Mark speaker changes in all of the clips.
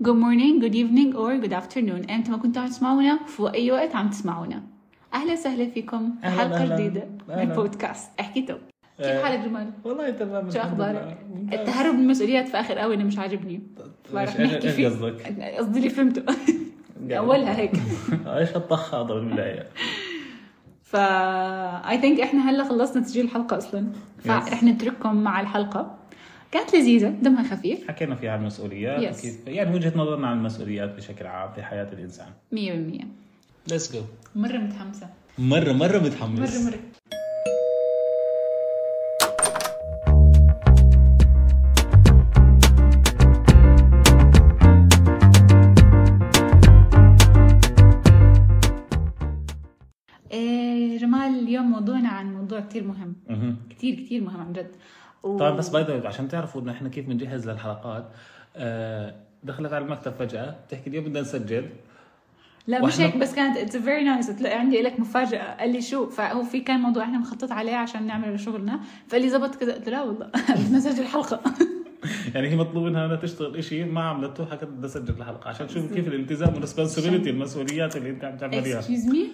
Speaker 1: good morning, good evening or good afternoon انتوا ما كنتوا عم تسمعونا في اي وقت عم تسمعونا اهلا وسهلا فيكم في
Speaker 2: أهلاً،
Speaker 1: حلقه
Speaker 2: أهلاً.
Speaker 1: جديده
Speaker 2: أهلاً.
Speaker 1: من بودكاست احكي تو كيف
Speaker 2: آه،
Speaker 1: حالك جمال؟
Speaker 2: والله تمام
Speaker 1: شو
Speaker 2: الحمد
Speaker 1: اخبارك؟
Speaker 2: لله. ممتاز.
Speaker 1: التهرب من المسؤوليات في اخر اول مش عاجبني ما
Speaker 2: مش
Speaker 1: رح نحكي
Speaker 2: إيش-
Speaker 1: فيه
Speaker 2: ايش قصدك؟
Speaker 1: قصدي اللي فهمته من اولها هيك
Speaker 2: ايش الطخ هذا بالبدايه؟
Speaker 1: فا اي ثينك احنا هلا خلصنا تسجيل الحلقه اصلا فرح نترككم مع الحلقه كانت لذيذه دمها خفيف
Speaker 2: حكينا فيها عن المسؤوليات
Speaker 1: Yes.
Speaker 2: وكيف يعني وجهه نظرنا عن المسؤوليات بشكل عام في حياه الانسان
Speaker 1: 100%
Speaker 2: ليتس جو
Speaker 1: مره متحمسه
Speaker 2: مره مره
Speaker 1: مره
Speaker 2: متحمس
Speaker 1: مره إيه، جمال اليوم موضوعنا عن موضوع كتير مهم
Speaker 2: مهم.
Speaker 1: كتير كتير مهم عن جد و...
Speaker 2: طبعا بس باي ذا عشان تعرفوا انه احنا كيف بنجهز للحلقات آه، دخلت على المكتب فجاه بتحكي اليوم بدنا نسجل
Speaker 1: لا مش
Speaker 2: وإحنا-
Speaker 1: هيك بس كانت اتس فيري نايس عندي لك مفاجاه قال لي شو فهو في كان موضوع احنا مخطط عليه عشان نعمل شغلنا فقال لي زبط كذا قلت له لا والله بدنا نسجل حلقه
Speaker 2: يعني هي مطلوب منها انها تشتغل شيء ما عملته حكت بدي اسجل الحلقه عشان تشوف كيف الالتزام والريسبونسبيلتي المسؤوليات اللي انت عم تعمليها
Speaker 1: اكسكيوز مي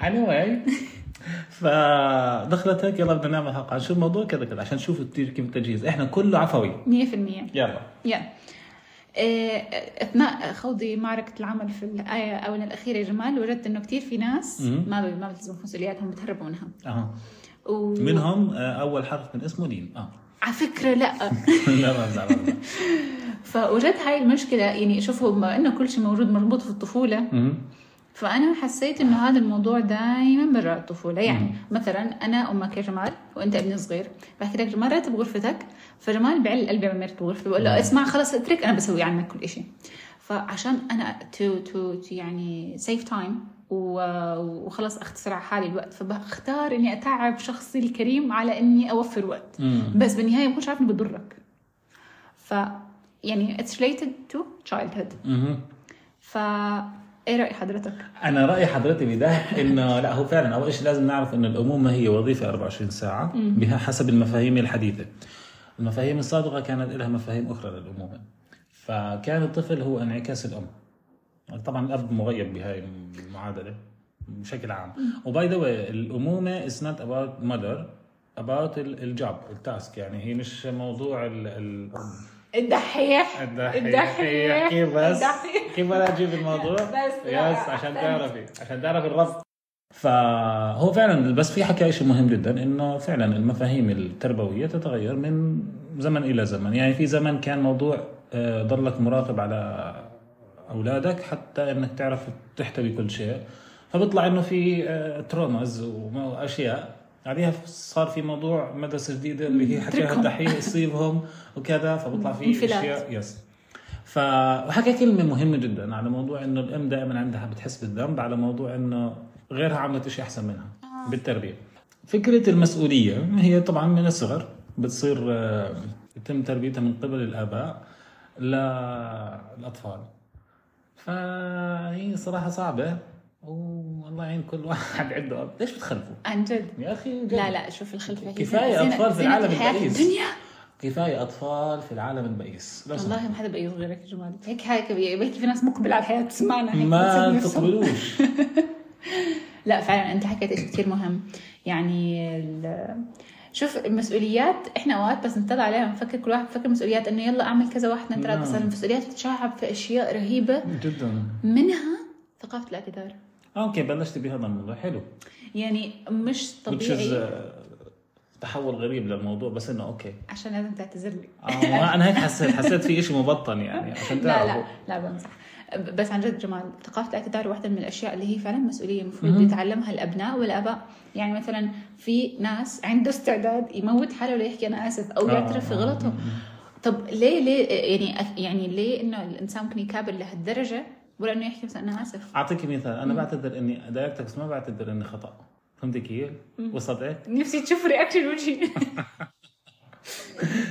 Speaker 2: anyway فدخلت هيك يلا بدنا نعمل حلقه عن شو الموضوع كذا كذا عشان تشوفوا كثير كيف التجهيز احنا كله عفوي
Speaker 1: 100%
Speaker 2: يلا
Speaker 1: يا إيه، اثناء خوضي معركه العمل في الايه الاونه الاخيره يا جمال وجدت انه كثير في ناس
Speaker 2: مهم.
Speaker 1: ما ما بتلزم مسؤولياتهم بتهربوا منها
Speaker 2: اها
Speaker 1: و...
Speaker 2: آه. منهم آه، اول حرف من اسمه لين اه
Speaker 1: على فكره لا
Speaker 2: لا بمزح بمزح.
Speaker 1: فوجدت هاي المشكله يعني شوفوا بما انه كل شيء موجود مربوط في الطفوله
Speaker 2: مم.
Speaker 1: فانا حسيت انه هذا الموضوع دائما برا الطفوله يعني مثلا انا امك يا جمال وانت ابني صغير بحكي لك جمال رتب غرفتك فجمال بعل قلبي على مرتب غرفتي بقول له اسمع خلص اترك انا بسوي عنك كل شيء فعشان انا تو تو تو يعني سيف تايم وخلص اختصر على حالي الوقت فبختار اني اتعب شخصي الكريم على اني اوفر وقت
Speaker 2: مم.
Speaker 1: بس بالنهايه ما كنتش عارف انه بضرك ف يعني اتس ريليتد تو childhood
Speaker 2: مم.
Speaker 1: ف ايه راي حضرتك؟
Speaker 2: انا راي حضرتي بده انه لا هو فعلا اول شيء لازم نعرف انه الامومه هي وظيفه 24 ساعه بها حسب المفاهيم الحديثه المفاهيم السابقه كانت لها مفاهيم اخرى للامومه فكان الطفل هو انعكاس الام طبعا الاب مغيب بهاي المعادله بشكل عام وباي ذا الامومه از نوت اباوت ماذر اباوت الجاب التاسك يعني هي مش موضوع ال- ال-
Speaker 1: الدحيح
Speaker 2: الدحيح كيف إيه بس
Speaker 1: الدحيح.
Speaker 2: كيف انا اجيب الموضوع
Speaker 1: بس
Speaker 2: يس
Speaker 1: لا،
Speaker 2: عشان
Speaker 1: أحسنت.
Speaker 2: تعرفي عشان تعرفي الربط فهو فعلا بس في حكى شيء مهم جدا انه فعلا المفاهيم التربويه تتغير من زمن الى زمن يعني في زمن كان موضوع آه، ضلك مراقب على اولادك حتى انك تعرف تحتوي كل شيء فبيطلع انه في آه، تروماز واشياء عليها صار في موضوع مدرسه جديده اللي هي حكاها
Speaker 1: تركهم.
Speaker 2: الدحيح يصيبهم وكذا فبطلع في
Speaker 1: انفلات.
Speaker 2: اشياء يس ف- وحكى كلمه مهمه جدا على موضوع انه الام دائما عندها بتحس بالذنب على موضوع انه غيرها عملت شيء احسن منها
Speaker 1: آه.
Speaker 2: بالتربيه فكره المسؤوليه هي طبعا من الصغر بتصير آه، يتم تربيتها من قبل الاباء للاطفال فهي صراحه صعبه والله يعين كل واحد عنده أب. ليش بتخلفوا
Speaker 1: عن جد
Speaker 2: يا اخي جد.
Speaker 1: لا لا شوف الخلفة هي
Speaker 2: كفاية
Speaker 1: زينة-
Speaker 2: أطفال في
Speaker 1: زينة
Speaker 2: العالم
Speaker 1: الحياة في
Speaker 2: البائس.
Speaker 1: الدنيا
Speaker 2: كفايه اطفال في العالم البائس لو سمحت.
Speaker 1: والله ما حدا بيقول غيرك يا جمال هيك هيك بي- بيحكي في ناس مقبلة على الحياة تسمعنا هيك
Speaker 2: ما
Speaker 1: بتسد نفسهم.
Speaker 2: تقبلوش
Speaker 1: لا فعلا انت حكيت شيء كثير مهم يعني ال- شوف المسؤوليات احنا اوقات بس نطلع عليها نفكر كل واحد بفكر مسؤوليات انه يلا اعمل كذا واحد اثنين ثلاثه
Speaker 2: نعم.
Speaker 1: بس المسؤوليات بتتشعب في اشياء رهيبه
Speaker 2: جدا
Speaker 1: منها ثقافه الاعتذار
Speaker 2: اوكي آه، بلشت بهذا الموضوع حلو
Speaker 1: يعني مش
Speaker 2: which is
Speaker 1: طبيعي
Speaker 2: آه، تحول غريب للموضوع بس انه اوكي
Speaker 1: عشان لازم تعتذر لي
Speaker 2: آه، ما انا هيك حسيت حسيت في شيء مبطن يعني عشان
Speaker 1: لا لا
Speaker 2: تعرفوا
Speaker 1: لا بمزح بس عن جد جمال ثقافه الاعتذار واحده من الاشياء اللي هي فعلا مسؤوليه المفروض يتعلمها الابناء والاباء يعني مثلا في ناس عنده استعداد يموت حاله ولا يحكي انا اسف او
Speaker 2: آه،
Speaker 1: يعترف في
Speaker 2: آه،
Speaker 1: غلطه طب ليه ليه يعني يعني ليه انه الانسان ممكن يكابر لهالدرجه ولا انه يحكي مثلا انا اسف
Speaker 2: اعطيك مثال انا بعتذر اني ضايقتك بس ما بعتذر اني خطا فهمتي كيف؟ وصلت إيه؟
Speaker 1: نفسي تشوف رياكشن وجهي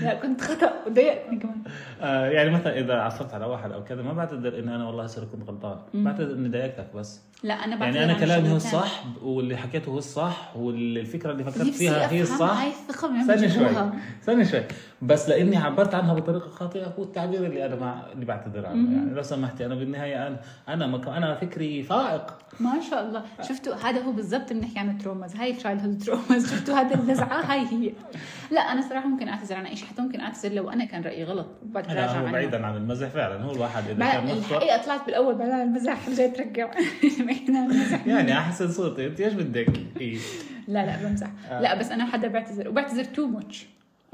Speaker 1: لا كنت خطا وضايقتني كمان
Speaker 2: آه يعني مثلا اذا عصرت على واحد او كذا ما بعتذر اني انا والله هسه كنت غلطان بعتذر اني ضايقتك بس
Speaker 1: لا انا بعتذر
Speaker 2: يعني انا
Speaker 1: عن
Speaker 2: كلامي
Speaker 1: شغلة
Speaker 2: هو
Speaker 1: تانية.
Speaker 2: الصح واللي حكيته هو الصح والفكره اللي فكرت
Speaker 1: نفسي
Speaker 2: فيها
Speaker 1: أفهم
Speaker 2: هي الصح
Speaker 1: هاي الثقه من وين
Speaker 2: استني شوي
Speaker 1: بيجيبوها
Speaker 2: استني شوي بس لاني عبرت عنها بطريقه خاطئه هو التعبير اللي انا مع اللي بعتذر عنه يعني لو سمحتي انا بالنهايه انا انا مك... انا فكري فائق
Speaker 1: ما شاء الله شفتوا هذا هو بالضبط بنحكي عن الترومز هاي تشايلد هود ترومز شفتوا هذا النزعه هاي هي لا انا صراحه ممكن اعتذر عن اي شيء حتى ممكن اعتذر لو انا كان رايي غلط بتراجع
Speaker 2: انا هو
Speaker 1: عنه
Speaker 2: بعيدا عن المزح فعلا هو الواحد اذا
Speaker 1: بعد
Speaker 2: كان مخطئ
Speaker 1: الحقيقه طلعت بالاول بعدين على المزح رجعت رجع بعدين على المزح
Speaker 2: يعني احسن صوتي انت ايش بدك؟ إيه.
Speaker 1: لا لا بمزح
Speaker 2: آه.
Speaker 1: لا بس انا حدا بعتذر وبعتذر تو ماتش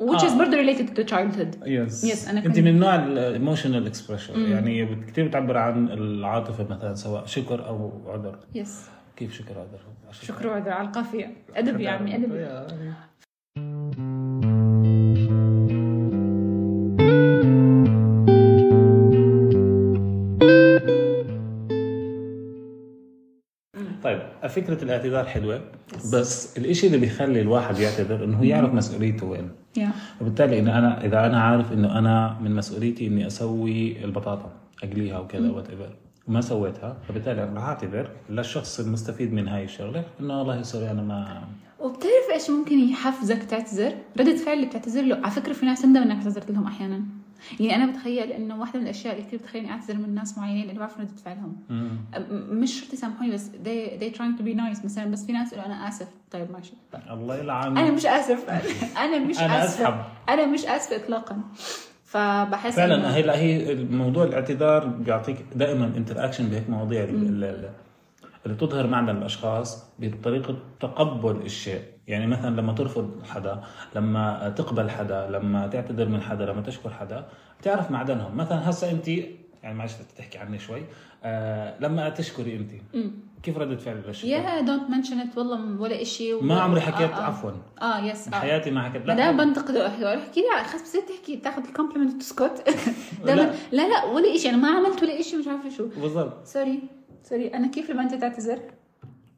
Speaker 1: which
Speaker 2: آه.
Speaker 1: is برضه related to childhood
Speaker 2: يس
Speaker 1: Yes، أنا
Speaker 2: انت
Speaker 1: كنت-
Speaker 2: من نوع الايموشنال اكسبرشن يعني بت- كتير بتعبر عن العاطفه مثلا سواء شكر او عذر
Speaker 1: يس
Speaker 2: كيف شكر عذر؟
Speaker 1: شكرا هذا على القافية أدب يا عمي أدب
Speaker 2: أدبي طيب فكرة الاعتذار حلوة بس الاشي اللي بيخلي الواحد يعتذر انه هو يعرف مسؤوليته وين
Speaker 1: يا
Speaker 2: وبالتالي إن انا اذا انا عارف انه انا من مسؤوليتي اني اسوي البطاطا اقليها وكذا وات ايفر وما سويتها فبالتالي انا راح اعتذر للشخص المستفيد من هاي الشغله انه والله سوري انا ما
Speaker 1: وبتعرف ايش ممكن يحفزك تعتذر؟ ردة فعل اللي بتعتذر له، على فكرة في ناس ندم انك اعتذرت لهم احيانا. يعني انا بتخيل انه واحدة من الاشياء اللي كثير بتخليني اعتذر من ناس معينين اللي بعرف ردة فعلهم.
Speaker 2: مم.
Speaker 1: أم- مش شرط يسامحوني بس they, they trying to be nice مثلا بس في ناس يقولوا انا اسف، طيب ماشي.
Speaker 2: الله يلعن
Speaker 1: انا مش اسف، انا مش
Speaker 2: أنا أسحب.
Speaker 1: اسفة، انا مش اسفة اطلاقا. فبحس
Speaker 2: فعلا
Speaker 1: إنه-
Speaker 2: هي لا هي الموضوع الاعتذار بيعطيك دائما انتراكشن بهيك مواضيع ال- ال- اللي تظهر معنى الاشخاص بطريقه تقبل الشيء يعني مثلا لما ترفض حدا لما تقبل حدا لما تعتذر من حدا لما تشكر حدا بتعرف معدنهم مثلا هسه انت يعني معلش بدك تحكي عني شوي آه لما تشكري انت كيف ردت فعل الشكر
Speaker 1: يا دونت منشن ات والله ولا اشي و-
Speaker 2: ما عمري حكيت
Speaker 1: آه آه.
Speaker 2: عفوا
Speaker 1: اه يس اه
Speaker 2: حياتي ما حكيت
Speaker 1: ما دام بنتقده احكي احكي لا خلص بصير تحكي تاخذ الكومبلمنت وتسكت دائما لا لا ولا شيء انا ما عملت ولا شيء مش عارفه شو
Speaker 2: بالضبط
Speaker 1: سوري سوري انا كيف لما انت تعتذر؟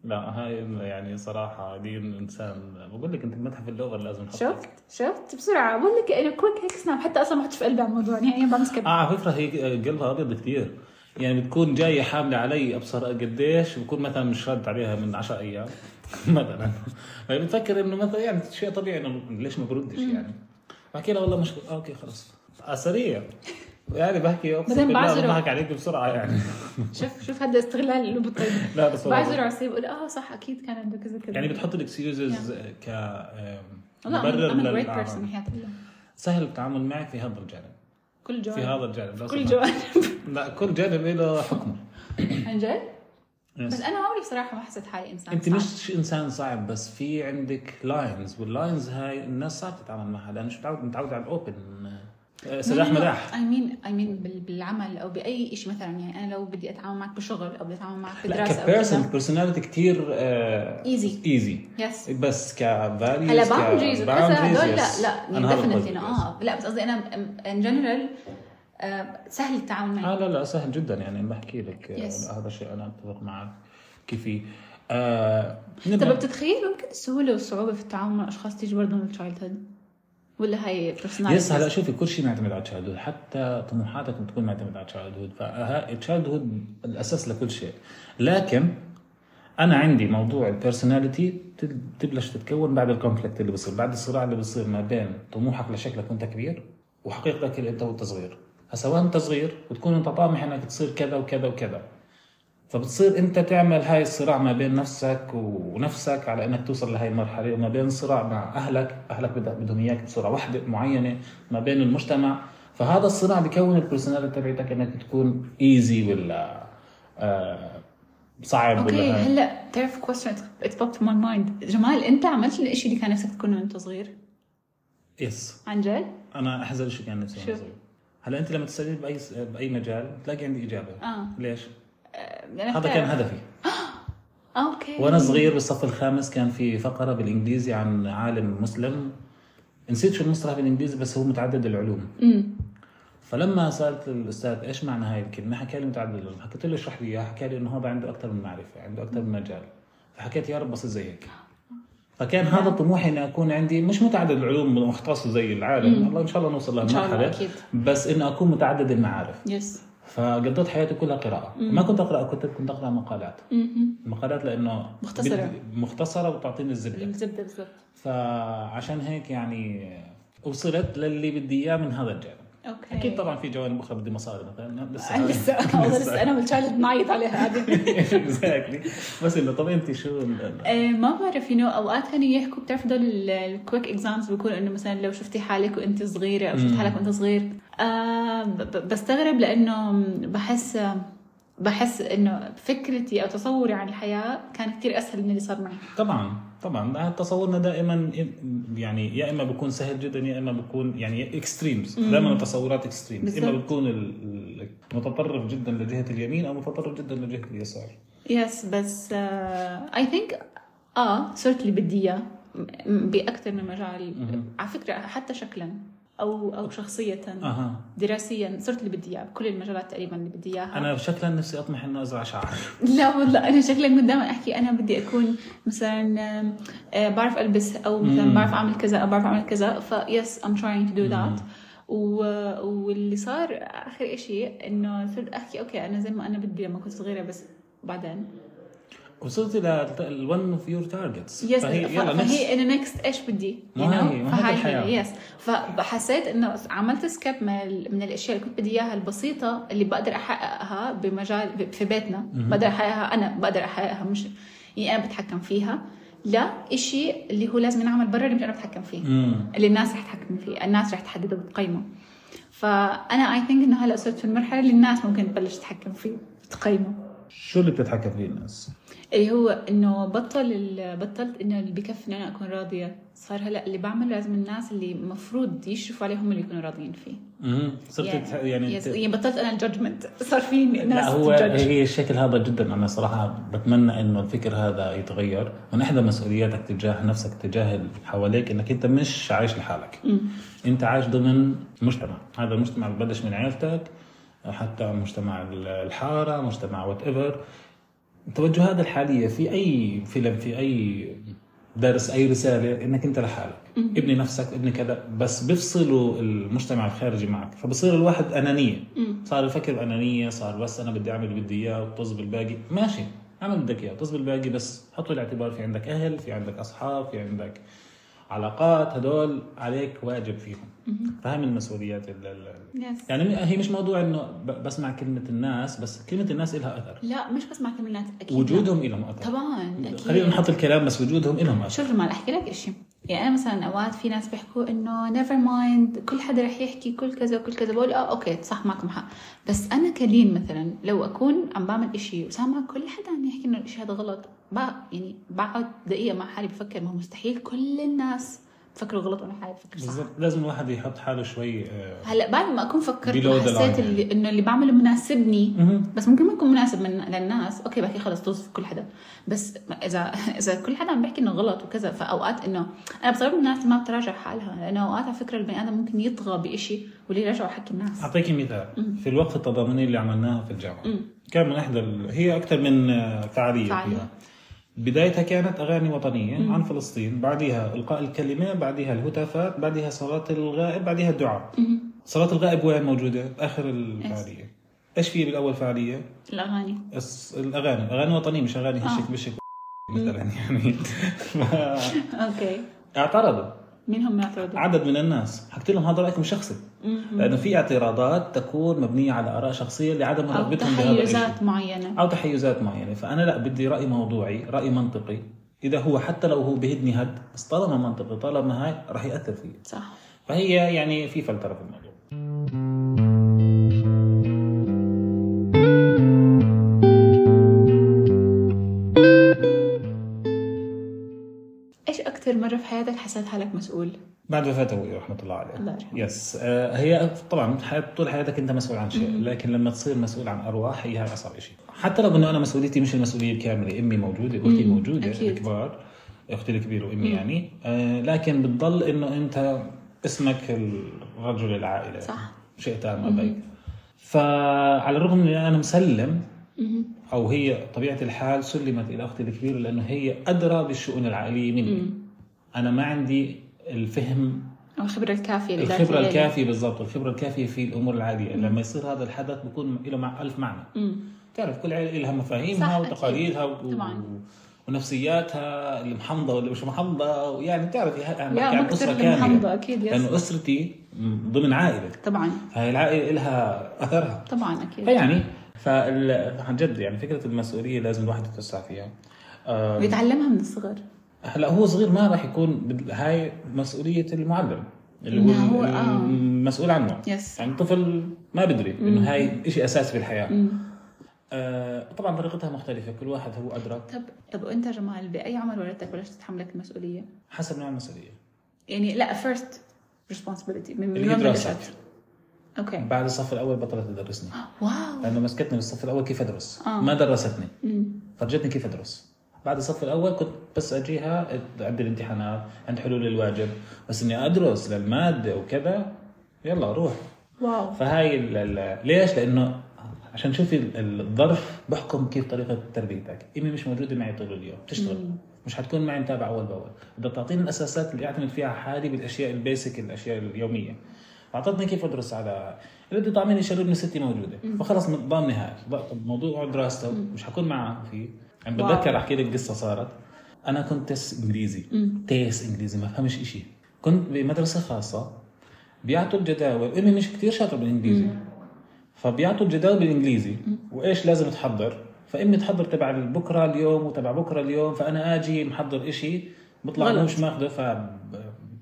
Speaker 2: لا هاي يعني صراحة دي انسان بقول لك انت بمتحف اللغة لازم نحط
Speaker 1: شفت شفت بسرعه ولا كأنه كويك هيك سناب حتى اصلا ما حطش في قلبي على الموضوع يعني بمسك
Speaker 2: اه على فكرة هي قلبها ابيض كثير يعني بتكون جاية حاملة علي ابصر قديش بكون مثلا مش رد عليها من 10 ايام مثلا فهي بتفكر انه مثلا يعني شيء طبيعي انه ليش ما بردش يعني بحكي لها والله مشكلة آه اوكي خلص آه، سريع يعني بحكي أقسم
Speaker 1: بعدين
Speaker 2: بالله
Speaker 1: بعذره.
Speaker 2: بضحك عليك بسرعة يعني
Speaker 1: شوف شوف هذا استغلال اللي بالطيب
Speaker 2: لا بس والله
Speaker 1: بعذر عصيب بقول اه صح اكيد كان عنده كذا كذا
Speaker 2: يعني بتحط الاكسكيوزز ك
Speaker 1: لا I'm a great
Speaker 2: للأعمال.
Speaker 1: person حياة الله
Speaker 2: سهل التعامل معك في هذا الجانب
Speaker 1: كل
Speaker 2: في
Speaker 1: جوانب
Speaker 2: هذا الجانب لا
Speaker 1: كل
Speaker 2: صدق.
Speaker 1: جوانب
Speaker 2: لا كل جانب له حكمه
Speaker 1: عن جد؟
Speaker 2: يس.
Speaker 1: بس آه، انا عمري بصراحه ما حسيت حالي انسان
Speaker 2: انت
Speaker 1: صعب.
Speaker 2: مش انسان صعب بس في عندك لاينز واللاينز هاي الناس صعب تتعامل معها لانه مش متعود متعود على الاوبن سلاح مداح
Speaker 1: اي مين اي مين بالعمل او باي شيء مثلا يعني انا لو بدي اتعامل معك بشغل او بدي اتعامل معك
Speaker 2: لا
Speaker 1: بدراسه
Speaker 2: كبيرسون البيرسوناليتي كثير ايزي
Speaker 1: Easy.
Speaker 2: ايزي
Speaker 1: يس
Speaker 2: آه، بس كفاليوز
Speaker 1: هلا باوندريز وكذا هدول لا لا ديفنتلي اه لا بس قصدي انا ان جنرال آه، سهل التعامل معي
Speaker 2: اه لا لا سهل جدا يعني بحكي لك آه،
Speaker 1: Yes.
Speaker 2: هذا الشيء انا اتفق معك كيفي آه
Speaker 1: طب
Speaker 2: نبدأ.
Speaker 1: بتتخيل ممكن السهوله والصعوبه في التعامل مع اشخاص تيجي برضه من التشايلد هود ولا هي
Speaker 2: يس هلا
Speaker 1: بيرسوناليتي
Speaker 2: شوفي كل شيء معتمد على تشايلد هود حتى طموحاتك بتكون معتمد على تشايلد هود فالتشايلد هود الاساس لكل شيء لكن انا عندي موضوع البيرسوناليتي تبلش تتكون بعد الكونفليكت اللي بصير بعد الصراع اللي بصير ما بين طموحك لشكلك وانت كبير وحقيقتك اللي انت وانت صغير هسا وانت صغير بتكون انت طامح انك تصير كذا وكذا وكذا فبتصير انت تعمل هاي الصراع ما بين نفسك ونفسك على انك توصل لهاي المرحله وما بين صراع مع اهلك اهلك بد- بدهم اياك بصوره واحده معينه ما بين المجتمع فهذا الصراع بكون البرسوناليتي تبعتك انك تكون ايزي ولا آه صعب
Speaker 1: اوكي
Speaker 2: ولا هاي.
Speaker 1: هلا بتعرف كويستشن ات بوب ماي مايند جمال انت عملت الشيء اللي كان نفسك تكونه وانت صغير
Speaker 2: يس
Speaker 1: عن جد؟
Speaker 2: انا احزن شو كان نفسي وأنا
Speaker 1: شو؟
Speaker 2: صغير. هلا انت لما تسالني باي س- باي مجال بتلاقي عندي اجابه
Speaker 1: آه.
Speaker 2: ليش؟
Speaker 1: أنا آه،
Speaker 2: هذا
Speaker 1: بتعرف.
Speaker 2: كان هدفي
Speaker 1: اوكي
Speaker 2: وانا صغير بالصف الخامس كان في فقره بالانجليزي عن عالم مسلم نسيت شو المصطلح بالانجليزي بس هو متعدد العلوم
Speaker 1: امم
Speaker 2: فلما سالت الاستاذ ايش معنى هاي الكلمه حكى لي متعدد العلوم حكيت له اشرح لي اياها حكى لي انه هذا عنده اكثر من معرفه عنده اكثر من مجال فحكيت يا رب بصير زي هيك فكان هذا طموحي اني اكون عندي مش متعدد العلوم مختص زي العالم الله ان شاء الله نوصل
Speaker 1: إن شاء الله،
Speaker 2: لهالمرحله
Speaker 1: أكيد.
Speaker 2: بس اني اكون متعدد المعارف
Speaker 1: يس
Speaker 2: فقضيت حياتي كلها قراءه ما كنت اقرا كنت كنت اقرا مقالات
Speaker 1: امم
Speaker 2: مقالات لانه
Speaker 1: مختصرة.
Speaker 2: بد- مختصره وبتعطيني الزبده
Speaker 1: الزبده بالضبط
Speaker 2: فعشان هيك يعني وصلت للي بدي اياه من هذا الجانب
Speaker 1: اوكي
Speaker 2: اكيد طبعا في جوانب اخرى بدي مصاري مثلا لسه
Speaker 1: أنا لسه أنا لسه انا والتشايلد نايت عليها هذه
Speaker 2: اكزاكتly بس انه طب انت شو ال-
Speaker 1: إيه، ما بعرف انه اوقات هن يحكوا بتعرف دول الكويك اكزامز بيكون انه مثلا لو شفتي حالك وانت صغيره او شفت
Speaker 2: مم.
Speaker 1: حالك وانت صغير آه ب- ب- بستغرب لانه بحس بحس انه فكرتي او تصوري عن الحياه كان كتير اسهل من اللي صار معي
Speaker 2: طبعا طبعا هذا تصورنا دائما يعني يا اما بيكون سهل جدا يا اما بيكون يعني اكستريمز
Speaker 1: مم.
Speaker 2: دائما التصورات اكستريمز اما
Speaker 1: بالظبط.
Speaker 2: بتكون ال- ال- متطرف جدا لجهه اليمين او متطرف جدا لجهه اليسار
Speaker 1: يس بس آه، اي ثينك اه صرت اللي بدي اياه باكثر من مجال
Speaker 2: مهم.
Speaker 1: على فكره حتى شكلا او او شخصيه
Speaker 2: اها
Speaker 1: دراسيا صرت اللي بدي اياه بكل المجالات تقريبا اللي بدي اياها
Speaker 2: انا شكلا نفسي اطمح انه ازرع شعر
Speaker 1: لا والله انا شكلك كنت دائما احكي انا بدي اكون مثلا آم، آه، بعرف البس او مثلا
Speaker 2: مم.
Speaker 1: بعرف اعمل كذا او بعرف اعمل كذا فيس ام تراينج تو دو
Speaker 2: مم.
Speaker 1: ذات واللي صار اخر إشي انه صرت احكي اوكي انا زي ما انا بدي لما كنت صغيره بس بعدين
Speaker 2: وصلت الى ون اوف يور تارجتس
Speaker 1: يس فهي, فهي إيه؟ انا نكست ايش بدي
Speaker 2: ما هي- ما هي الحياة.
Speaker 1: يس فحسيت انه حملت سكيب من, ال- من الاشياء اللي كنت بدي اياها البسيطه اللي بقدر احققها بمجال في بيتنا
Speaker 2: مهم.
Speaker 1: بقدر احققها انا بقدر احققها مش يعني انا بتحكم فيها لا إشي اللي هو لازم ينعمل برا اللي مش انا بتحكم فيه
Speaker 2: امم
Speaker 1: اللي الناس رح تحكم فيه الناس رح تحدده وتقيمه فانا اي ثينك انه هلا صرت في المرحله اللي الناس ممكن تبلش تحكم فيه تقيمه
Speaker 2: شو اللي بتتحكم فيه الناس؟
Speaker 1: اللي إيه هو انه بطل ال- بطلت انه اللي بكفي انه انا اكون راضيه صار هلا اللي بعمله لازم الناس اللي المفروض يشرفوا عليهم اللي يكونوا راضيين فيه
Speaker 2: امم صرت تتح- يعني
Speaker 1: يس-
Speaker 2: ت-
Speaker 1: يعني بطلت انا الجادجمنت صار في ناس
Speaker 2: لا هو
Speaker 1: تجادج.
Speaker 2: هي الشكل هذا جدا انا صراحه بتمنى انه الفكر هذا يتغير من احدى مسؤولياتك تجاه نفسك تجاه اللي حواليك انك انت مش عايش لحالك
Speaker 1: أمم.
Speaker 2: انت عايش ضمن مجتمع هذا المجتمع ببلش من عيلتك حتى مجتمع الحاره مجتمع وات ايفر التوجهات الحاليه في اي فيلم في اي درس اي رساله انك انت لحالك ابني نفسك ابني كذا بس بيفصلوا المجتمع الخارجي معك فبصير الواحد انانيه
Speaker 1: أمم.
Speaker 2: صار يفكر بانانيه صار بس انا بدي اعمل اللي بدي اياه وطز بالباقي ماشي اعمل بدك اياه طز بالباقي بس حطوا الاعتبار في عندك اهل في عندك اصحاب في عندك علاقات هدول عليك واجب فيهم فهي من مسؤوليات ال- ال-
Speaker 1: يس
Speaker 2: يعني هي مش موضوع انه ب- بسمع كلمه الناس بس كلمه الناس لها اثر
Speaker 1: لا مش بس مع كلمات اكيد
Speaker 2: وجودهم لهم اثر
Speaker 1: طبعا
Speaker 2: خلينا
Speaker 1: اكيد
Speaker 2: نحط الكلام بس وجودهم لهم اثر
Speaker 1: شوف ما احكي لك شيء يعني انا مثلا اوقات في ناس بيحكوا انه نيفر مايند كل حدا رح يحكي كل كذا وكل كذا بقول اه اوكي صح معكم حق بس انا كلين مثلا لو اكون عم بعمل إشي وسامع كل حدا عم يحكي انه الإشي هذا غلط بقى يعني بقعد دقيقه مع حالي بفكر ما هو مستحيل كل الناس بفكروا غلط وانا حالي بفكر صح
Speaker 2: بالضبط لازم الواحد يحط حاله شوي آه،
Speaker 1: هلا بعد ما اكون فكرت
Speaker 2: Below the
Speaker 1: وحسيت
Speaker 2: line يعني.
Speaker 1: اللي- انه اللي بعمله مناسبني
Speaker 2: مهم.
Speaker 1: بس ممكن ما يكون مناسب من للناس اوكي بحكي خلص طز في كل حدا بس اذا اذا كل حدا عم بيحكي انه غلط وكذا فاوقات انه انا بستغرب من الناس اللي ما بتراجع حالها لانه اوقات على فكره البني ادم ممكن يطغى بشيء واللي يراجعه حكي الناس
Speaker 2: اعطيكي مثال
Speaker 1: مم.
Speaker 2: في الوقفه التضامنيه اللي عملناها في الجامعه
Speaker 1: مم.
Speaker 2: كان من احدى ال... هي اكثر من آه، فعاليه
Speaker 1: فعالية.
Speaker 2: فيها بدايتها كانت اغاني وطنيه
Speaker 1: مم.
Speaker 2: عن فلسطين بعديها القاء الكلمه بعديها الهتافات بعديها صلاه الغائب بعديها الدعاء
Speaker 1: مهم.
Speaker 2: صلاه الغائب وين موجوده باخر الفعاليه ايش في بالاول فعاليه
Speaker 1: الاغاني
Speaker 2: الس- الاغاني اغاني وطنيه مش اغاني
Speaker 1: آه.
Speaker 2: هشك بشك مثلا يعني ف-
Speaker 1: اوكي
Speaker 2: اعترضوا
Speaker 1: مين هم يعترضوا؟
Speaker 2: عدد من الناس حكيت لهم هذا رايكم شخصي
Speaker 1: مهم.
Speaker 2: لانه في اعتراضات تكون مبنيه على اراء شخصيه لعدم
Speaker 1: او
Speaker 2: رغبتهم بهذا الشيء
Speaker 1: تحيزات معينه
Speaker 2: او تحيزات معينه فانا لا بدي راي موضوعي راي منطقي اذا هو حتى لو هو بهدني هد بس طالما منطقي طالما هاي راح ياثر فيي
Speaker 1: صح
Speaker 2: فهي يعني في فلتره في الموضوع
Speaker 1: ايش اكثر مره في حياتك حسيت حالك مسؤول؟
Speaker 2: بعد وفاة أبوي رحمة الله عليه
Speaker 1: الله يرحمه.
Speaker 2: يس آه، هي طبعا حياة- طول حياتك أنت مسؤول عن شيء لكن لما تصير مسؤول عن أرواح هي هاي أصعب شيء حتى لو أنه أنا مسؤوليتي مش المسؤولية الكاملة أمي موجودة أختي
Speaker 1: مم.
Speaker 2: موجودة
Speaker 1: أكيد.
Speaker 2: الكبار أختي الكبيرة وأمي يعني آه، لكن بتضل أنه أنت اسمك رجل العائلة
Speaker 1: صح.
Speaker 2: شئت أم أبيت فعلى الرغم من أني أنا مسلم
Speaker 1: مهم.
Speaker 2: أو هي طبيعة الحال سلمت إلى أختي الكبيرة لأنه هي أدرى بالشؤون العائلية مني
Speaker 1: مم.
Speaker 2: أنا ما عندي الفهم
Speaker 1: او الخبره الكافيه اللي دارت
Speaker 2: الخبره
Speaker 1: الليلة.
Speaker 2: الكافيه بالضبط الخبره الكافيه في الامور العاديه لما يصير هذا الحدث بيكون له مع الف معنى
Speaker 1: مم.
Speaker 2: تعرف كل عائله لها مفاهيمها
Speaker 1: صح، أكيد.
Speaker 2: وتقاليدها و...
Speaker 1: طبعاً.
Speaker 2: ونفسياتها المحمضه واللي مش يعني محمضه ويعني بتعرفي ه- انا
Speaker 1: يا
Speaker 2: بحكي عن
Speaker 1: مكتر
Speaker 2: اسره كامله
Speaker 1: المحمضة أكيد يس
Speaker 2: لانه اسرتي م- ضمن عائله
Speaker 1: طبعا
Speaker 2: هاي العائله لها اثرها
Speaker 1: طبعا أكيد
Speaker 2: فيعني فال... عن جد يعني فكره المسؤوليه لازم الواحد يتوسع فيها آه،
Speaker 1: بيتعلمها من الصغر
Speaker 2: هلا هو صغير ما راح يكون بد- هاي مسؤوليه المعلم اللي
Speaker 1: إنه
Speaker 2: هو
Speaker 1: هو-
Speaker 2: ال-
Speaker 1: آه.
Speaker 2: المسؤول عنه
Speaker 1: يس
Speaker 2: يعني الطفل ما بدري انه هاي شيء اساسي بالحياه
Speaker 1: مم.
Speaker 2: آه طبعا طريقتها مختلفه كل واحد هو ادرك
Speaker 1: طب طب وأنت جمال بأي عمر والدتك بلشت تتحملك المسؤولية؟
Speaker 2: حسب نوع المسؤوليه
Speaker 1: يعني لا first responsibility من
Speaker 2: اللي هي
Speaker 1: يوم
Speaker 2: دراستك.
Speaker 1: بلشت. أوكي
Speaker 2: بعد الصف الاول بطلت تدرسني
Speaker 1: واو
Speaker 2: لانه مسكتني بالصف الاول كيف ادرس
Speaker 1: آه.
Speaker 2: ما درستني
Speaker 1: مم.
Speaker 2: فرجتني كيف ادرس بعد الصف الاول كنت بس اجيها عند الامتحانات عند حلول الواجب بس اني ادرس للماده وكذا يلا روح
Speaker 1: واو
Speaker 2: فهاي ال- ال- ليش لانه عشان شوفي ال- الظرف بحكم كيف طريقه تربيتك امي مش موجوده معي طول اليوم بتشتغل مش حتكون معي متابعه اول باول بدها تعطيني الاساسات اللي اعتمد فيها حالي بالاشياء البيسك الاشياء اليوميه اعطتني كيف ادرس على اللي بده يطعميني يشربني ستي موجوده فخلص من- ضامنه هاي ض- طب موضوع دراسته مش حكون معها فيه يعني
Speaker 1: واو.
Speaker 2: بتذكر احكي لك قصه صارت انا كنت تيس انجليزي تيس انجليزي ما فهمش إشي كنت بمدرسه خاصه بيعطوا الجداول امي مش كتير شاطره بالانجليزي
Speaker 1: Mm-hmm.
Speaker 2: فبيعطوا الجداول بالانجليزي وايش لازم تحضر فامي تحضر تبع بكره اليوم وتبع بكره اليوم فانا اجي محضر إشي بطلع
Speaker 1: غلط.
Speaker 2: أنا مش ماخذه ف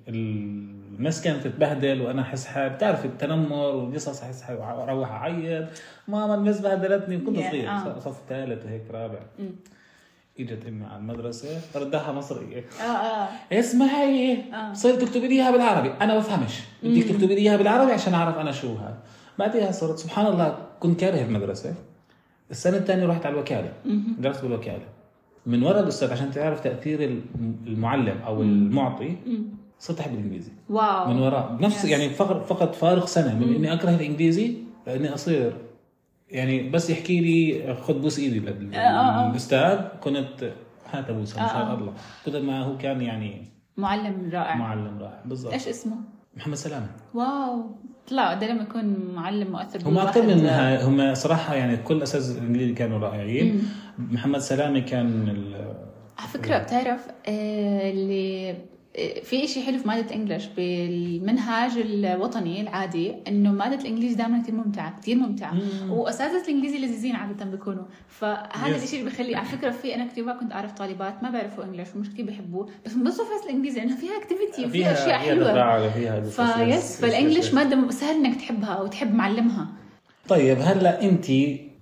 Speaker 2: المسكن تتبهدل وانا احس حالي بتعرف التنمر والقصص احس حالي اروح اعيط ماما المس بهدلتني كنت
Speaker 1: Yeah,
Speaker 2: صغير
Speaker 1: آه. Mm.
Speaker 2: صف ثالث وهيك رابع
Speaker 1: مم.
Speaker 2: اجت امي على المدرسه ردها مصريه
Speaker 1: اه اه
Speaker 2: اسمعي
Speaker 1: آه.
Speaker 2: صرت تكتبي ايه؟ لي اياها بالعربي انا بفهمش بدك تكتبي لي اياها بالعربي عشان اعرف انا شو هذا بعدها صرت سبحان الله كنت كاره المدرسه السنه الثانيه رحت على الوكاله
Speaker 1: مهم.
Speaker 2: درست بالوكاله من ورا الاستاذ عشان تعرف تاثير الم- المعلم او المعطي
Speaker 1: مم.
Speaker 2: صرت احب الانجليزي
Speaker 1: واو
Speaker 2: من وراء نفس
Speaker 1: Yes.
Speaker 2: يعني فقط فقط فارق سنه من اني اكره الانجليزي لاني اصير يعني بس يحكي لي خذ بوس ايدي لل-
Speaker 1: آه، آه.
Speaker 2: الاستاذ كنت هات بوسها
Speaker 1: آه، آه.
Speaker 2: مشان الله كنت ما هو كان يعني
Speaker 1: معلم رائع
Speaker 2: معلم رائع بالضبط
Speaker 1: ايش اسمه؟
Speaker 2: محمد سلامه
Speaker 1: واو طلع ده لما يكون معلم مؤثر
Speaker 2: هم
Speaker 1: بالواحد.
Speaker 2: اكثر من هاي- هم صراحه يعني كل اساس الانجليزي كانوا رائعين محمد سلامه كان ال-
Speaker 1: على فكره بتعرف آه، اللي آه، في إشي حلو في مادة الإنجليش بالمنهاج الوطني العادي إنه مادة الإنجليزي دائما كتير ممتعة كتير ممتعة
Speaker 2: مم.
Speaker 1: وأساتذة الإنجليزي لذيذين عادة بيكونوا فهذا
Speaker 2: Yes.
Speaker 1: الإشي اللي بخلي على فكرة في أنا كتير ما كنت أعرف طالبات ما بيعرفوا إنجليش ومش كتير بيحبوه بس بنبسطوا في الإنجليزي لأنها فيها أكتيفيتي وفيها أشياء حلوة
Speaker 2: تفاعل، فيها قصص،
Speaker 1: فيس
Speaker 2: يس- يس- يس-
Speaker 1: فالانجليش
Speaker 2: يس.
Speaker 1: ماده سهل انك تحبها وتحب معلمها
Speaker 2: طيب هلا انت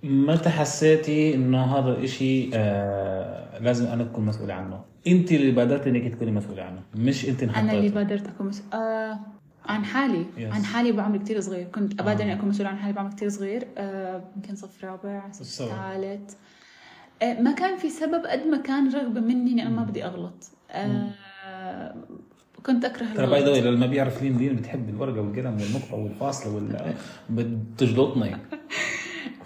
Speaker 2: متى حسيتي انه هذا الاشي آه لازم انا اكون مسؤوله عنه؟ انت اللي بادرتي انك تكوني مسؤوله عنه، مش انت
Speaker 1: انا اللي
Speaker 2: انحطيتي
Speaker 1: بادرت اكون مسؤول آه عن حالي
Speaker 2: Yes.
Speaker 1: عن حالي بعمر كتير صغير كنت
Speaker 2: آه.
Speaker 1: ابادر اني اكون مسؤول عن حالي بعمر كتير صغير آه، يمكن صف رابع صف
Speaker 2: بالصبر.
Speaker 1: ثالث آه، ما كان في سبب قد ما كان رغبه مني اني انا ما بدي اغلط آه، كنت اكره
Speaker 2: ترى باي ذا
Speaker 1: الغلط
Speaker 2: اللي ما بيعرف لين دين بتحب الورقه والقلم والنقطه والفاصله وال بتجلطني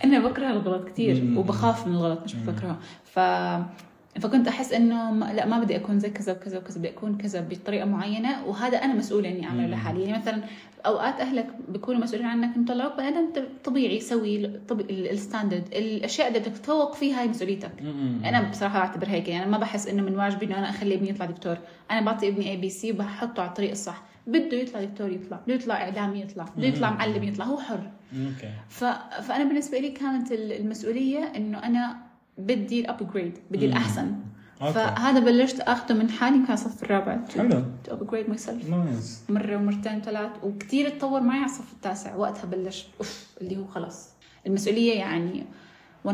Speaker 1: انا بكره الغلط كتير
Speaker 2: مم.
Speaker 1: وبخاف من الغلط مش بكرهه ف فكنت احس انه ما- لا ما بدي اكون زي كذا وكذا وكذا بدي اكون كذا بطريقه معينه وهذا انا مسؤوله اني اعمله
Speaker 2: مم.
Speaker 1: لحالي يعني مثلا اوقات اهلك بيكونوا مسؤولين عنك انه طلعوك بني ادم طبيعي سوي الطب- ال- الستاندرد الاشياء اللي بدك تتفوق فيها هي مسؤوليتك انا بصراحه بعتبر هيك يعني أنا ما بحس انه من واجبي انه انا اخلي ابني يطلع دكتور انا بعطي ابني اي بي سي وبحطه على الطريق الصح بده يطلع دكتور يطلع بده يطلع اعلامي يطلع بده يطلع
Speaker 2: مم.
Speaker 1: معلم يطلع هو حر
Speaker 2: اوكي
Speaker 1: ف... فانا بالنسبه لي كانت ال- المسؤوليه انه انا بدي الابجريد بدي
Speaker 2: مم.
Speaker 1: الاحسن
Speaker 2: أوكي.
Speaker 1: فهذا بلشت اخذه من حالي كان صف الرابع
Speaker 2: حلو
Speaker 1: تو ابجريد ماي سيلف
Speaker 2: نايس
Speaker 1: مره ومرتين وثلاث وكثير تطور معي على الصف التاسع وقتها بلشت اوف اللي هو خلص المسؤوليه يعني 100%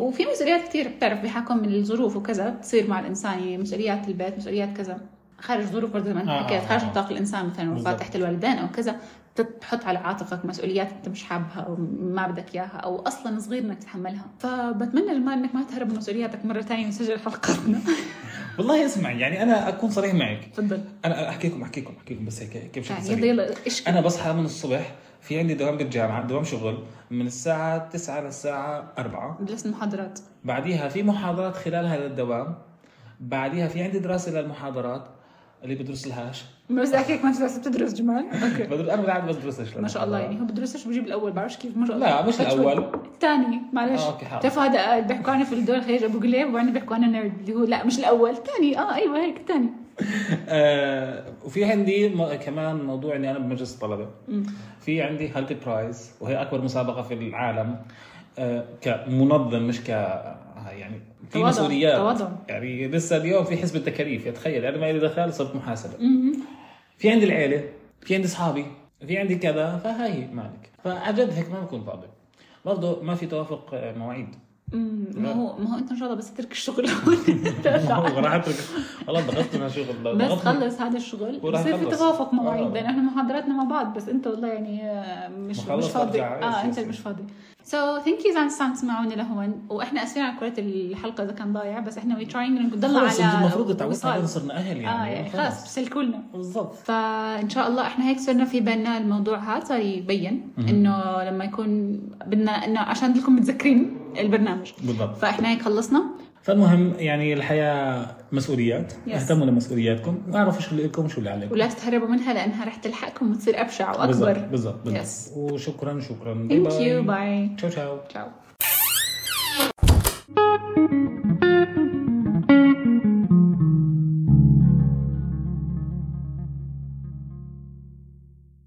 Speaker 1: وفي مسؤوليات كثير بتعرف بحكم من الظروف وكذا بتصير مع الانسان يعني مسؤوليات البيت مسؤوليات كذا خارج ظروف برضه زي ما انت
Speaker 2: آه،
Speaker 1: حكيت
Speaker 2: آه،
Speaker 1: خارج
Speaker 2: آه.
Speaker 1: نطاق الانسان مثلا وفاه
Speaker 2: بالضبط.
Speaker 1: تحت الوالدين او كذا بتحط على عاتقك مسؤوليات انت مش حابها او ما بدك اياها او اصلا صغير انك تتحملها فبتمنى لما انك ما تهرب من مسؤولياتك مره ثانيه ونسجل حلقتنا
Speaker 2: والله اسمعي يعني انا اكون صريح معك
Speaker 1: تفضل
Speaker 2: انا احكيكم احكيكم احكيكم بس هيك هيك بشكل
Speaker 1: يعني
Speaker 2: سريع
Speaker 1: يلا يلا اشكي
Speaker 2: انا بصحى من الصبح في عندي دوام بالجامعه دوام شغل من الساعه 9 للساعه 4
Speaker 1: جلسنا محاضرات
Speaker 2: بعديها في محاضرات خلال هذا الدوام بعديها في عندي دراسه للمحاضرات اللي بدرس لهاش
Speaker 1: بس احكيك ما بس بتدرس جمال اوكي
Speaker 2: بدرس انا بالعاده بدرسش
Speaker 1: ما شاء الله يعني هو بدرسش بجيب الاول بعرفش كيف ما شاء الله
Speaker 2: لا مش
Speaker 1: شوي.
Speaker 2: الاول
Speaker 1: الثاني معلش
Speaker 2: آه، أوكي، حاضر.
Speaker 1: بتعرفوا هذا بيحكوا عنه في الدول خارج ابو قليب وبعدين بيحكوا عنه نيرد اللي هو لا مش الاول الثاني اه ايوه هيك الثاني
Speaker 2: آه وفي عندي م- كمان موضوع اني انا بمجلس الطلبه في عندي هالتي برايز وهي اكبر مسابقه في العالم آه كمنظم مش ك يعني في
Speaker 1: تواضع،
Speaker 2: مسؤوليات
Speaker 1: تواضع.
Speaker 2: يعني لسه اليوم في حسب التكاليف تخيل انا ما لي دخل صرت محاسبه في عندي العيله في عندي اصحابي في عندي كذا فهاي مالك فاجد هيك ما بكون فاضي برضه ما في توافق آه، مواعيد
Speaker 1: أمم، ما
Speaker 2: لا.
Speaker 1: هو ما هو انت ان شاء الله بس ترك الشغل هون
Speaker 2: راح اترك والله ضغطت من شغل
Speaker 1: بس خلص هذا الشغل
Speaker 2: وراح
Speaker 1: بصير في
Speaker 2: يخلص.
Speaker 1: توافق
Speaker 2: آه.
Speaker 1: مواعيد لان احنا محاضراتنا مع بعض بس انت والله يعني آه، مش
Speaker 2: مخلص
Speaker 1: مش فاضي
Speaker 2: أرجع.
Speaker 1: اه
Speaker 2: يس،
Speaker 1: انت
Speaker 2: يس.
Speaker 1: مش فاضي سو ثانك يو اذا عم تسمعونا لهون واحنا اسفين على كره الحلقه اذا كان ضايع بس احنا وي تراينج نضل
Speaker 2: خلص
Speaker 1: على
Speaker 2: انتم المفروض تعودتوا
Speaker 1: وصال.
Speaker 2: علينا صرنا اهل يعني
Speaker 1: اه يعني خلاص بسلكوا لنا
Speaker 2: بالضبط
Speaker 1: فان شاء الله احنا هيك صرنا في بالنا الموضوع هذا صار يبين انه لما يكون بدنا انه عشان لكم متذكرين البرنامج
Speaker 2: بالضبط
Speaker 1: فاحنا هيك خلصنا
Speaker 2: فالمهم يعني الحياه مسؤوليات
Speaker 1: Yes.
Speaker 2: اهتموا لمسؤولياتكم واعرفوا شو اللي لكم وشو اللي عليكم
Speaker 1: ولا تتهربوا منها لانها رح تلحقكم وتصير ابشع واكبر
Speaker 2: بالضبط بالضبط بالضبط.
Speaker 1: Yes.
Speaker 2: وشكرا شكرا
Speaker 1: ثانك يو باي
Speaker 2: تشاو تشاو
Speaker 1: تشاو